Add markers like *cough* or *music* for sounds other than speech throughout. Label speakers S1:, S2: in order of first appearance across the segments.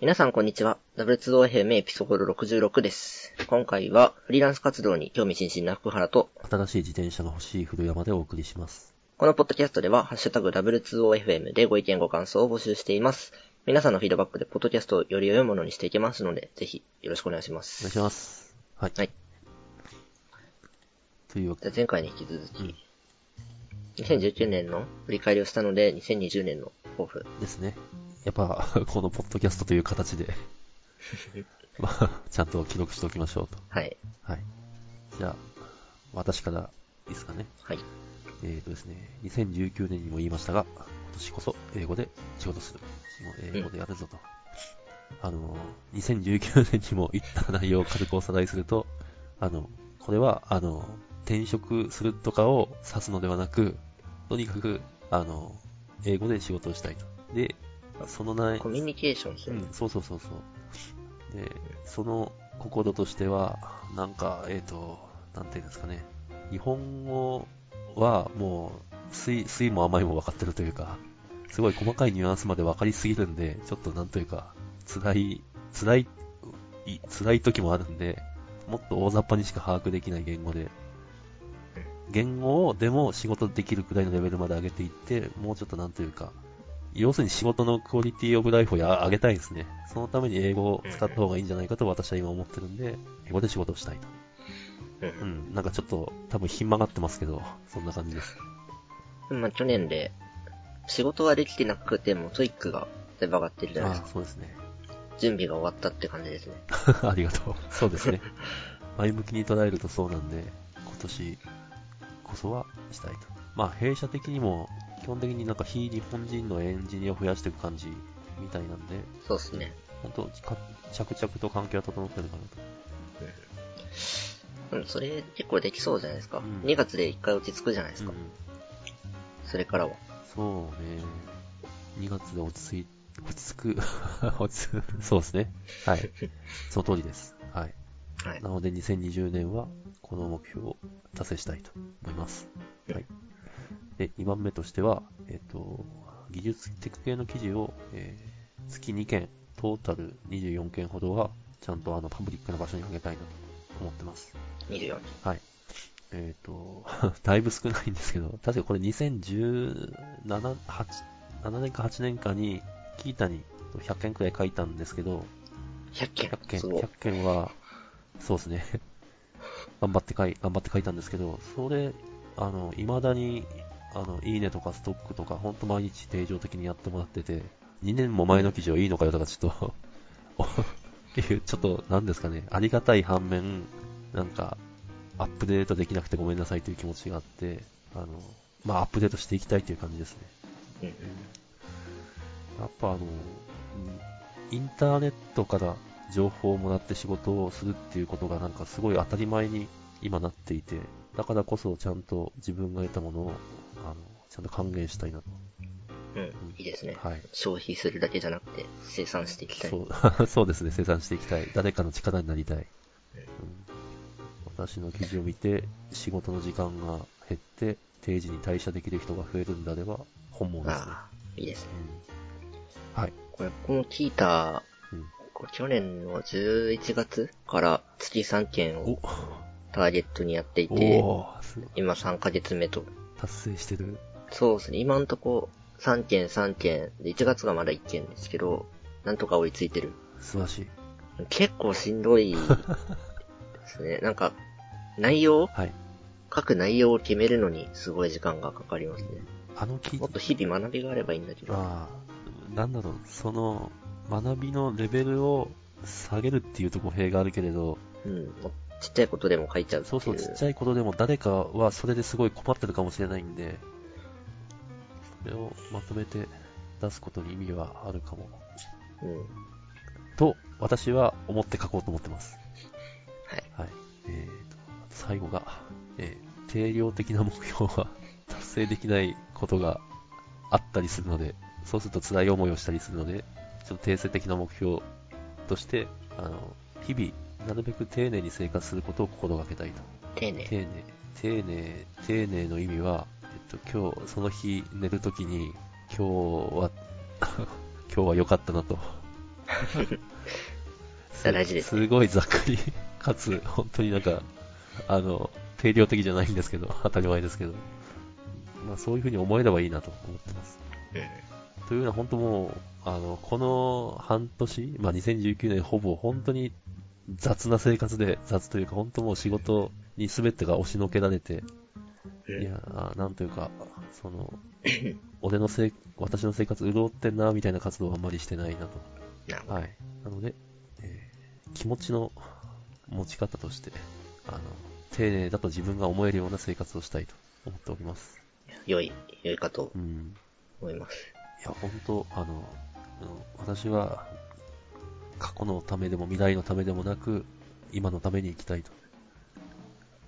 S1: 皆さんこんにちは。W2OFM エピソード66です。今回はフリーランス活動に興味津々な福原と、
S2: 新しい自転車が欲しい古山でお送りします。
S1: このポッドキャストでは、ハッシュタグ W2OFM でご意見ご感想を募集しています。皆さんのフィードバックでポッドキャストをより良いものにしていけますので、ぜひよろしくお願いします。
S2: お願いします。はい。
S1: はい。
S2: というわけ
S1: で。前回に引き続き、うん2019年の振り返りをしたので、2020年の抱負。
S2: ですね。やっぱ、 *laughs* このポッドキャストという
S1: *laughs*
S2: 形でまあ、ちゃんと記録しておきましょうと。
S1: はい。
S2: はい。じゃあ、私からいいですかね。
S1: はい。
S2: えっ、ー、とですね、2019年にも言いましたが、今年こそ英語で仕事する。英語でやるぞと。うん、あの、2019年にも言った内容を軽くおさらいすると、あの、これは、あの、転職するとかを指すのではなく、とにかく、あの、英語で仕事をしたいと。で、その内
S1: コミュニケーションする、
S2: うん、そうそうそうそう。で、その心としては、なんか、えっ、ー、と、なんていうんですかね、日本語はもう、水、水も甘いも分かってるというか、すごい細かいニュアンスまで分かりすぎるんで、ちょっとなんというか、辛い、辛い、辛い時もあるんで、もっと大雑把にしか把握できない言語で言語をでも仕事できるくらいのレベルまで上げていって、もうちょっとなんというか、要するに仕事のクオリティオブライフを上げたいんですね。そのために英語を使った方がいいんじゃないかと私は今思ってるんで、英語で仕事をしたいと。うん、なんかちょっと多分ひん曲がってますけど、そんな感じです。
S1: まあ去年で、仕事はできてなくてもトイックがだいぶ上がってるじゃないですか。
S2: あそうですね。
S1: 準備が終わったって感じですね。
S2: *laughs* ありがとう。そうですね。 *laughs* 前向きに捉えるとそうなんで、今年、こそはしたいと。まあ、弊社的にも、基本的になんか非日本人のエンジニアを増やしていく感じみたいなんで、
S1: そうですね。
S2: 本当着々と関係は整ってるか
S1: なと。うん、それ結構できそうじゃないですか。うん、2月で1回落ち着くじゃないですか。うん、それからは。
S2: そうね。2月で落ち着い、落ち着く。 *laughs* 落ち着く。そうですね。はい。その通りです。はい。
S1: はい、
S2: なので2020年はこの目標を達成したいと思います。はい。で、2番目としては、えっ、と、技術テク系の記事を、えー、月2件、トータル24件ほどは、ちゃんとあのパブリックな場所にあげたいなと思ってます。
S1: 24
S2: はい。えっ、ー、と、 *laughs* だいぶ少ないんですけど、確かこれ2017、8、7年か8年かに、キータに100件くらい書いたんですけど、
S1: 100件 ?100
S2: 件、100件は、そうですね。 *laughs* 頑張って書い、頑張って書いたんですけど、それ、あの、未だに、あの、いいねとかストックとか、ほんと毎日定常的にやってもらってて、2年も前の記事をいいのかよとか、ちょっと *laughs* っていう、ちょっと、なんですかね、ありがたい反面、なんか、アップデートできなくてごめんなさいという気持ちがあって、あの、まあ、アップデートしていきたいという感じですね。やっぱあの、インターネットから情報をもらって仕事をするっていうことがなんかすごい当たり前に今なっていて、だからこそちゃんと自分が得たものを、あの、ちゃんと還元したいなと。
S1: うん、うん、いいですね。
S2: はい。
S1: 消費するだけじゃなくて、生産していきたい。
S2: そう、そう *laughs* ですね、生産していきたい。誰かの力になりたい。うん、私の記事を見て、仕事の時間が減って、定時に退社できる人が増えるんだでは、本望ですね。あ
S1: いいですね、
S2: うん。はい。
S1: これ、この聞いた去年の11月から月3件をターゲットにやっていて、今3ヶ月目と。
S2: 達成してる
S1: そうですね。今んとこ3件3件で、1月がまだ1件ですけど、なんとか追いついてる。
S2: 素晴らしい。
S1: 結構しんどいです
S2: *laughs*
S1: ね。なんか、内容、
S2: はい、
S1: 書く内容を決めるのにすごい時間がかかりますね。
S2: あの記
S1: もっと日々学びがあればいいんだけど。
S2: ああ、なんだろう、その、学びのレベルを下げるっていうと語弊があるけれど、
S1: うん、ちっちゃいことでも書いちゃう
S2: そうそう、ちっちゃいことでも誰かはそれですごい困ってるかもしれないんで、それをまとめて出すことに意味はあるかも。
S1: うん。
S2: と、私は思って書こうと思ってます。
S1: はい。
S2: はい。えーと、最後が、えー、定量的な目標は *laughs* 達成できないことがあったりするので、そうすると辛い思いをしたりするので、ちょっと定性的な目標として、あの、日々、なるべく丁寧に生活することを心がけたいと。
S1: 丁寧
S2: 丁寧。丁寧、丁寧の意味は、えっと、今日、そ
S1: *laughs*
S2: の *laughs* 日寝るときに、今日は今日は良かったなと
S1: 大事です、
S2: ね、すごいざっくり、かつ、本当になんか、あの、定量的じゃないんですけど、当たり前ですけど、まあ、そういうふうに思えればいいなと思ってます。うん、というのは、本当もう、あの、この半年、まあ、2019年ほぼ本当に雑な生活で、雑というか、本当もう仕事に全てが押しのけられて、いや、なんというか、その、俺のせい、私の生活潤ってんな、みたいな活動はあんまりしてないなと。はい。なので、えー、気持ちの持ち方として、あの、丁寧だと自分が思えるような生活をしたいと思っております。
S1: 良い、良いかと思います。
S2: うん、いや、本当あの、私は、過去のためでも未来のためでもなく、今のために生きたいと。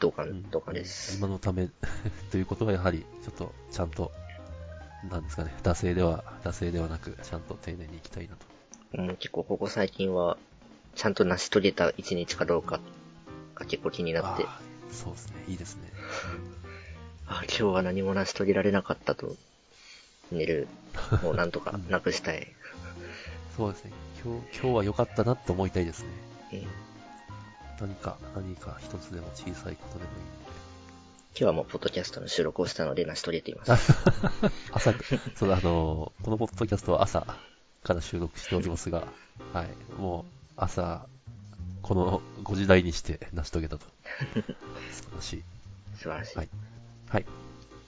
S1: どうか、どうかです。
S2: 今のため *laughs* ということはやはり、ちょっと、ちゃんと、なんですかね、惰性では、惰性ではなく、ちゃんと丁寧に生きたいなと。
S1: うん、結構ここ最近は、ちゃんと成し遂げた一日かどうかが結構気になって。
S2: そうですね、いいですね。
S1: あ、今日は何も成し遂げられなかったと、寝
S2: *laughs*
S1: る、もうなんとかなくしたい。
S2: そうですね、今日、今日は良かったなって思いたいですね。えー何か、何か一つでも小さいことでもいいんで。
S1: 今日はもう、ポッドキャストの収録をしたので、成し遂げています。
S2: *laughs* 朝、そうだ、あの、このポッドキャストは朝から収録しておりますが、はい、もう、朝、この5時台にして成し遂げたと。素晴らしい。
S1: 素晴らしい。
S2: はい。はい。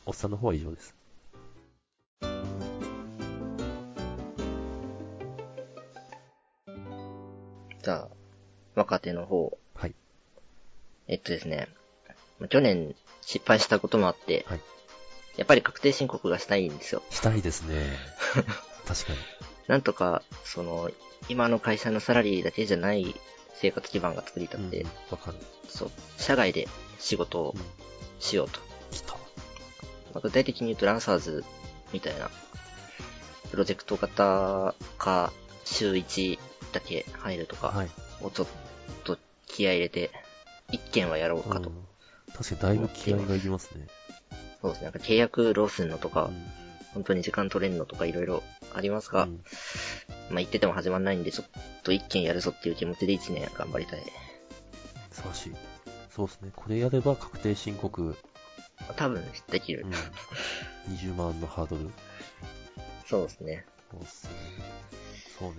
S2: おっさんの方は以上です。
S1: じゃあ、若手の方、
S2: はい。
S1: えっとですね、去年失敗したこともあって、はい、やっぱり確定申告がしたいんですよ。
S2: したいですね。確かに。
S1: なんとか、その、今の会社のサラリーだけじゃない生活基盤が作りたくて、わ、
S2: うん、かる。
S1: そう、社外で仕事をしようと。
S2: き、うん、た。
S1: まあ、具体的に言うと、ランサーズみたいな、プロジェクト型か、週1だけ入るとか、はい、をちょっと気合入れて、一件はやろうかと、うん。
S2: 確かにだいぶ気合がいりますね。
S1: そうですね。なんか契約どうすんのとか、うん、本当に時間取れんのとかいろいろありますが、うん、まあ言ってても始まんないんで、ちょっと一件やるぞっていう気持ちで一年頑張りたい。
S2: 素晴らしい。そうですね。これやれば確定申告。
S1: 多分できる。
S2: うん、20万のハードル。
S1: *laughs* そうですね。
S2: そうですね。そうね。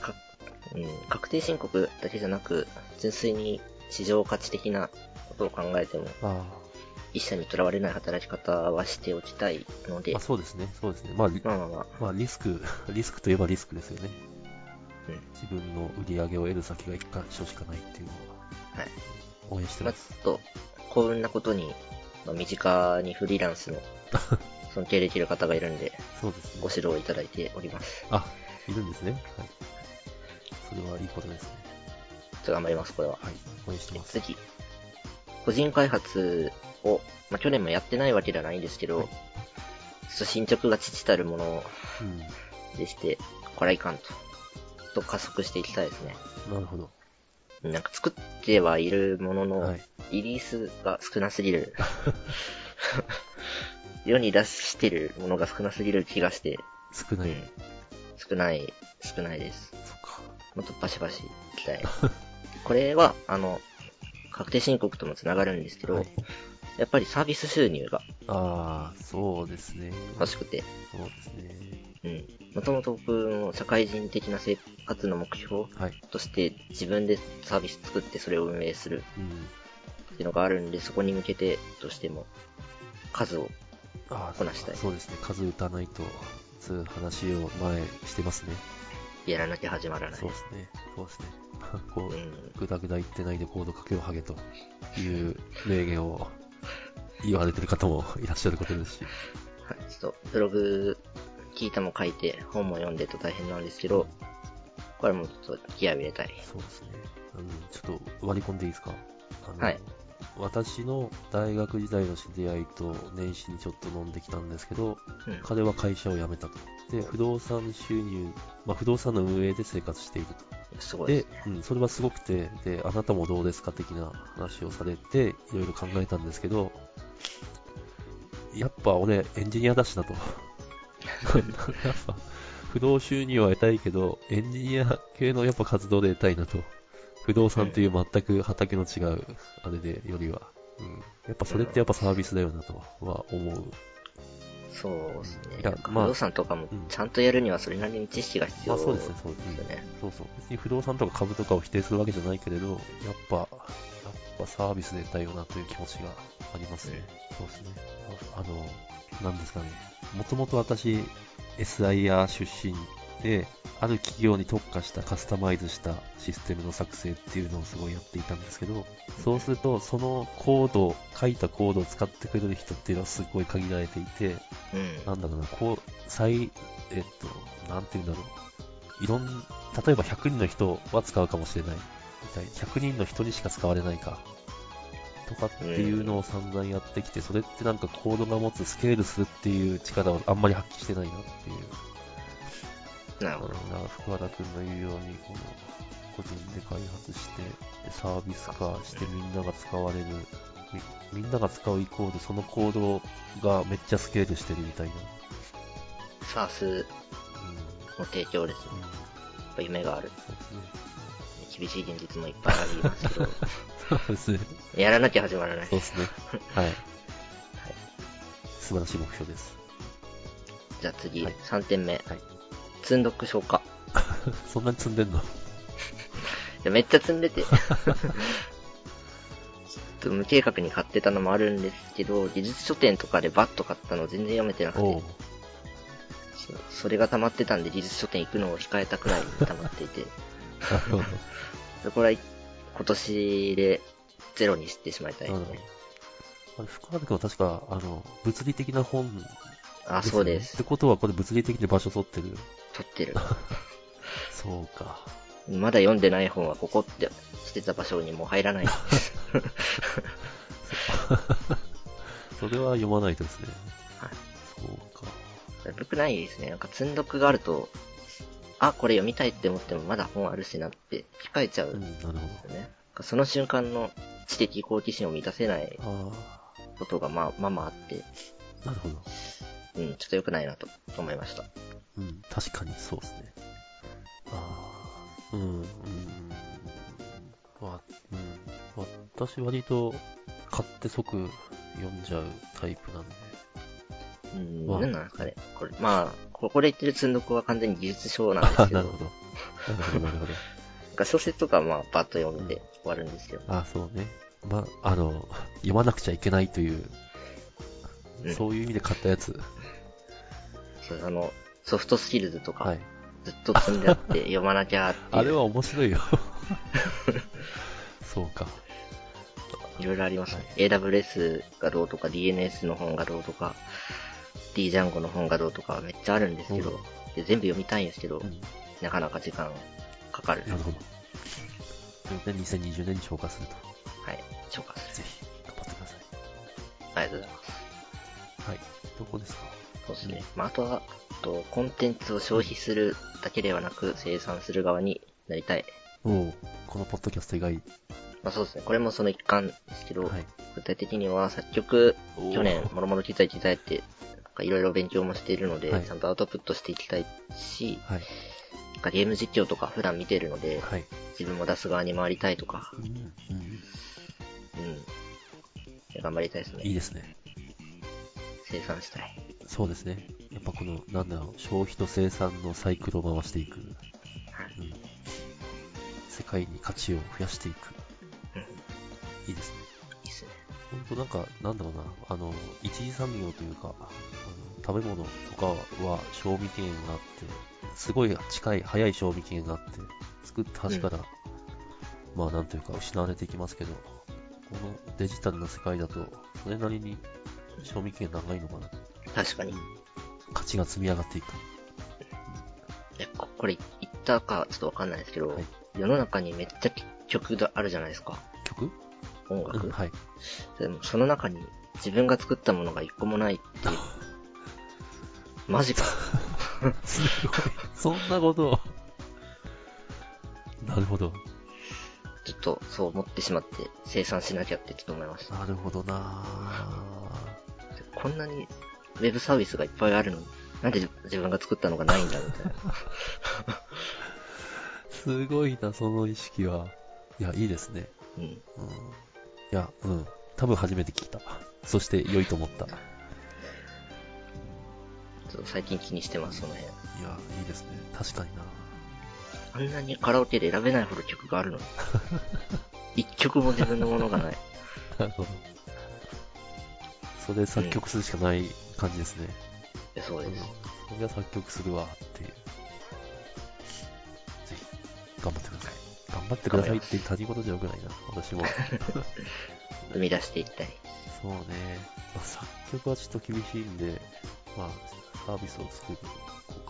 S1: かうん、確定申告だけじゃなく、純粋に市場価値的なことを考えても、一社にとらわれない働き方はしておきたいので。
S2: あそうですね、そうですね。まあ、
S1: まあまあ、まあ、
S2: まあ、リスク、 *laughs* リスクといえばリスクですよね。うん、自分の売り上げを得る先が一箇所しかないっていうのは、はい、応援してます。
S1: まあ、ちょっと、幸運なことに、まあ、身近にフリーランス
S2: *laughs*
S1: の尊敬できる方がいるんで、
S2: そうですね、
S1: ご指導いただいております。
S2: あ、いるんですね。はいそれはいいことですね。
S1: ちょっと頑張ります、これは。
S2: はい、応援してます。
S1: 次。個人開発を、まあ、去年もやってないわけではないんですけど、はい、ちょっと進捗が父たるものでして、うん、これはいかんと。ちょっと加速していきたいですね。
S2: なるほど。
S1: なんか作ってはいるものの、はい、リリースが少なすぎる。 *laughs* 世に出してるものが少なすぎる気がして。、
S2: 少ない、うん
S1: 少ない、少ないです。もっとバシバシ行きた *laughs* い。これは、あの、確定申告とも繋がるんですけど、はい、やっぱりサービス収入が。
S2: ああ、そうですね。
S1: 欲しくて。
S2: そうです
S1: ね。うん。もともと僕も社会人的な生活の目標として、自分でサービス作ってそれを運営するっていうのがあるんで、そこに向けてどうしても数をこなしたい。
S2: そうですね。数打たないと、そういう話を前してますね。
S1: やらなきゃ始まらない。
S2: そうですね。そうですね。 *laughs* こう、ぐだぐだ言ってないでコードかけをはげという名言を言われてる方もいらっしゃることですし。
S1: はい、ちょっと、ブログ、聞いたも書いて、本も読んでと大変なんですけど、これもちょっと気合を入れたい。
S2: そうですね。うん、ちょっと割り込んでいいですか
S1: はい。
S2: 私の大学時代の知り合いと年始にちょっと飲んできたんですけど、うん、彼は会社を辞めたと。で、不動産収入、まあ、不動産の運営で生活している
S1: と。すごいで、ね、
S2: うん、それはすごくて、で、あなたもどうですか的な話をされて、いろいろ考えたんですけど、やっぱ俺、エンジニアだしなと。やっぱ、不動収入は得たいけど、エンジニア系のやっぱ活動で得たいなと。不動産という全く畑の違う、あれで、よりは。うん。やっぱそれってやっぱサービスだよなとは思う。
S1: そうですね。
S2: いや
S1: なんか不
S2: まあ
S1: 動産とかも
S2: うん
S1: ちゃんとやるにはそれなりに知識が必要
S2: まあ
S1: です
S2: そう
S1: よ
S2: ですね、そうですね。
S1: ね。
S2: そうそう。別に不動産とか株とかを否定するわけじゃないけれど、やっぱ、やっぱサービスで得たよなという気持ちがありますね。そうですね。ああの、なんですかね。もともと私、SIR 出身で、ある企業に特化したカスタマイズしたシステムの作成っていうのをすごいやっていたんですけど、そうすると、そのコードを、書いたコードを使ってくれる人っていうのはすごい限られていて、
S1: うん。
S2: なんだろうな、こう、最、えっと、なんて言うんだろう。いろん、例えば100人の人は使うかもしれない。みたいな。100人の人にしか使われないか。とかっていうのを散々やってきて、それってなんかコードが持つスケールするっていう力をあんまり発揮してないなっていう。
S1: な
S2: だ
S1: る
S2: か
S1: ほど。
S2: らな、福原君の言うように、この、個人で開発して、でサービス化してみんなが使われる。みみんなが使うイコール、そのコードがめっちゃスケールしてるみたいな。
S1: サース
S2: うん
S1: の提供ですね。
S2: うん
S1: やっぱ夢がある。
S2: そうです
S1: 厳
S2: ね。
S1: しい現実もいっぱいあります
S2: *laughs*
S1: けど、
S2: そうですね。
S1: やらなきゃ始まらない。
S2: そ
S1: *laughs*
S2: うですね。はい。素晴らしい目標です。
S1: じゃあ次、
S2: はい
S1: 3点目。
S2: はい。
S1: 積んどく消化。
S2: そんなに積
S1: *laughs*
S2: んでんの
S1: いやめっちゃ積んでて。ちょ *laughs* っと無計画に買ってたのもあるんですけど、技術書店とかでバッと買ったの全然読めてなく
S2: おう
S1: て、そそれが溜まってたんで技術書店行くのを控えたくらい溜まってい *laughs* て、
S2: なるほど。
S1: そこら今年でゼロにしてしまいたいですね。
S2: あれ、福原君は確か、あの、物理的な本、
S1: あ、そうで
S2: って
S1: す。
S2: ことは、これ物理的に場所取ってる。
S1: 撮ってる。 *laughs*
S2: そうか。
S1: まだ読んでない本はここってしてた場所にもう入らない。
S2: それは読まないとですね。
S1: はい
S2: そうか。
S1: よくないですね。なんか積んどくがあると、あ、これ読みたいって思ってもまだ本あるしなって控えちゃう
S2: うんん、
S1: で
S2: なるほ
S1: すよね。なんかその瞬間の知的好奇心を満たせない
S2: ど。あ
S1: ことがまあまあまああって、
S2: あ、なるほど。
S1: うん、ちょっと良くないなと思いました。
S2: うん、確かにそうですね。ああ、うん、うん、わ、うん、私割と買って即読んじゃうタイプなんで、
S1: うん、
S2: わ
S1: なんなんですかね。これ、まあ、ここで言ってる積んどくは完全に技術書なんです
S2: あ
S1: けど、
S2: *laughs*
S1: な
S2: な
S1: ん
S2: るほど。なるほど、なるほど。
S1: か小説とかはまあバッと読んで終わるんですけど、
S2: *laughs* ああ、そうね。ま、あの、読まなくちゃいけないという、
S1: うん
S2: そういう意味で買ったやつ。
S1: それあの、ソフトスキルズと
S2: は
S1: か
S2: い。
S1: ずっと積んであ
S2: *laughs*
S1: って読まなきゃーって
S2: あ
S1: い
S2: れ
S1: う、
S2: は面白い *laughs* よ。そうか。
S1: いろいろありますね。AWS がどうとか、DNS の本がどうとか、d ジャンゴの本がどうとか、めっちゃあるんですけど、
S2: うん
S1: で全部読みたいんですけど、
S2: うん
S1: なかなか時間かかる。
S2: なるほど。ということで、2020年に消化すると。
S1: はい、紹介す
S2: ぜひ、頑張ってください。
S1: る。ありがとうございます。
S2: はい。どこですか
S1: そうですね。まあ、あとは、あとコンテンツを消費するだけではなく、生産する側になりたい。
S2: おうこのポッドキャスト以外。
S1: まあそうですね。これもその一環ですけど、
S2: はい。
S1: 具体的には作曲、
S2: おー
S1: 去年、もろもろ機材機材って、なんかいろいろ勉強もしているので、
S2: はい
S1: ちゃんとアウトプットしていきたいし、
S2: はい。
S1: なんかゲーム実況とか普段見てるので、
S2: はい。
S1: 自分も出す側に回りたいとか、
S2: うん。
S1: うん。頑張りたいです
S2: いい
S1: ね。
S2: ですね。
S1: 生産したい。
S2: そうですね。やっぱこの、なんだろう、消費と生産のサイクルを回してい
S1: は
S2: く。
S1: い。
S2: うん。世界に価値を増やしていく。
S1: うん。い
S2: いいですね。
S1: いっすね。
S2: ほんとなんか、なんだろうな、あの、一次産業というか、あの食べ物とかは賞味期限があって、すごい近い、早い賞味期限があって、作った端から、まあなんというか失われていきますけど、このデジタルな世界だと、それなりに賞味期限長いのかな。
S1: 確かに。
S2: 価値が積み上がっていく。
S1: え、ここれ言ったかちょっとわかんないですけど、
S2: はい
S1: 世の中にめっちゃ曲があるじゃないですか。
S2: 曲
S1: 音
S2: う
S1: 楽
S2: ん、。はい。 *laughs*
S1: でもその中に自分が作ったものが一個もないっていう。 *laughs* マジか。
S2: すごい。そんなこと *laughs* を。なるほど。
S1: ちょっとそう思ってしまって生産しなきゃってちょっと思いました。
S2: なるほどなぁ
S1: こんなにウェブサービスがいっぱいあるのに、なんで自分が作ったのがないんだみたいな。
S2: *laughs* すごいな、その意識は。いや、いいですね。
S1: うん。
S2: うん、いや、うん。多分初めて聞いた。そして良いと思った。い
S1: ちょっと最近気にしてます、その辺。
S2: や、いいですね。確かにな。 *laughs*
S1: あんなにカラオケで選べないほど曲があるの
S2: *laughs*
S1: に。一曲も自分のものがない。
S2: なるほど。それ作曲するしかない感じですね。
S1: えそうです。
S2: それは作曲するわっていう。ぜひ、頑張ってください。頑張ってくださいって他人事じゃ良くないな、私も。
S1: 生み出していったり。
S2: そうね。まあ、作曲はちょっと厳しいんで、まあ、サービスを作るこ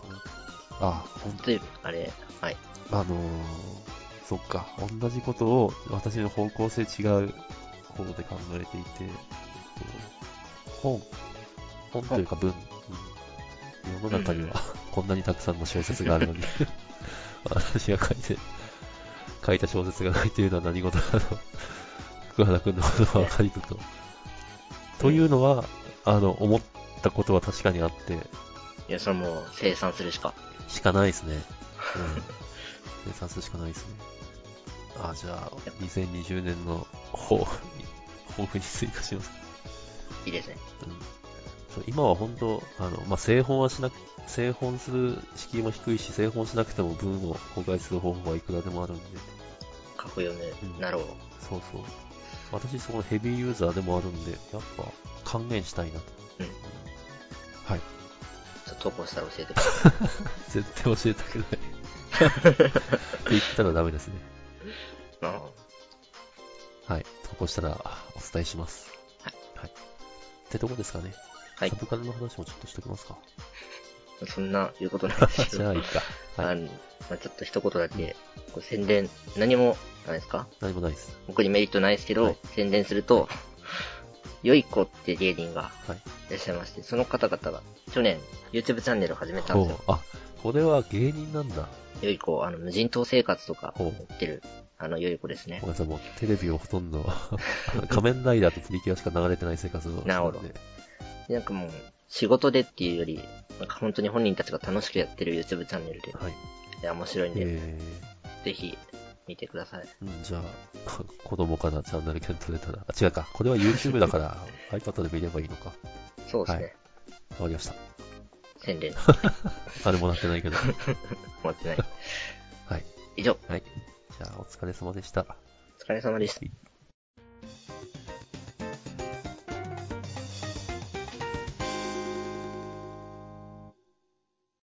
S2: うかな。あ、ほんと
S1: 例えば、あれ、はい。
S2: あのー、そっか、同じことを私の方向性違う方で考えていて、こう本、本というか文、うん世の中にはこんなにたくさんの小説があるのに、私が書いて、書いた小説がないというのは何事かと、福原君のことが分かりつつもというのは、あの、思ったことは確かにあって、
S1: いや、それもう生産するしか。
S2: しかない *laughs* ですね。うん。生産するしかないですね。あ、じゃあ、2020年の抱負に、抱負に追加します。
S1: いいですね。
S2: うん。そう今は本当、あの、まあ、製本はしなく、製本する敷居も低いし、製本しなくても文を公開する方法はいくらでもあるんで、
S1: かっこよ
S2: うん
S1: むなろう。
S2: そうそう。私、そのヘビーユーザーでもあるんで、やっぱ、還元したいなと。
S1: うん。ち
S2: はい。
S1: ょっと投稿したら教えてください。
S2: 絶対教えたく *laughs* ない。って言ったらダメですね。
S1: まあ
S2: はい。投稿したらあお伝えします。
S1: はい。
S2: はい。ってとこですかね。
S1: はい
S2: サ。ブカルの話もちょっとしときますか。
S1: そんな、いうことなんですけ
S2: *laughs* じ
S1: ど。
S2: ゃあいいか。は
S1: あ
S2: い。
S1: の、まあ、ちょっと一言だけ、こう宣伝、何も、ないですか
S2: 何もないです。
S1: 僕にメリットないですけど、
S2: はい
S1: 宣伝すると、よい子って芸人が
S2: はい
S1: いらっしゃいまして、その方々が去年 YouTube チャンネルを始めたん
S2: ほ
S1: です
S2: う
S1: よ。。
S2: あ、これは芸人なんだ。
S1: よい子、あの、無人島生活とか
S2: ほう。
S1: やってる、あの、よい子ですね
S2: ごめ。んなさい、もうテレビをほとんど、仮面ライダーとプリキュアしか流れてない生活をしてんで
S1: なるほどでなんかもう、仕事でっていうより、なんか本当に本人たちが楽しくやってる YouTube チャンネルで、
S2: はい。
S1: で面白いんで、
S2: え
S1: ぜひ見てください。
S2: ー、うんじゃあ、子供からチャンネル検討れたら、あ、違うか。これは YouTube だから、iPad *laughs* で見ればいいのか。
S1: そうですね。
S2: はわかりました。
S1: 宣伝、
S2: あれもらってないけど。
S1: も
S2: *laughs*
S1: らってない。
S2: はい。
S1: 以上、
S2: はい。じゃあ、お疲れ様でした。
S1: お疲れ様でした。
S2: はい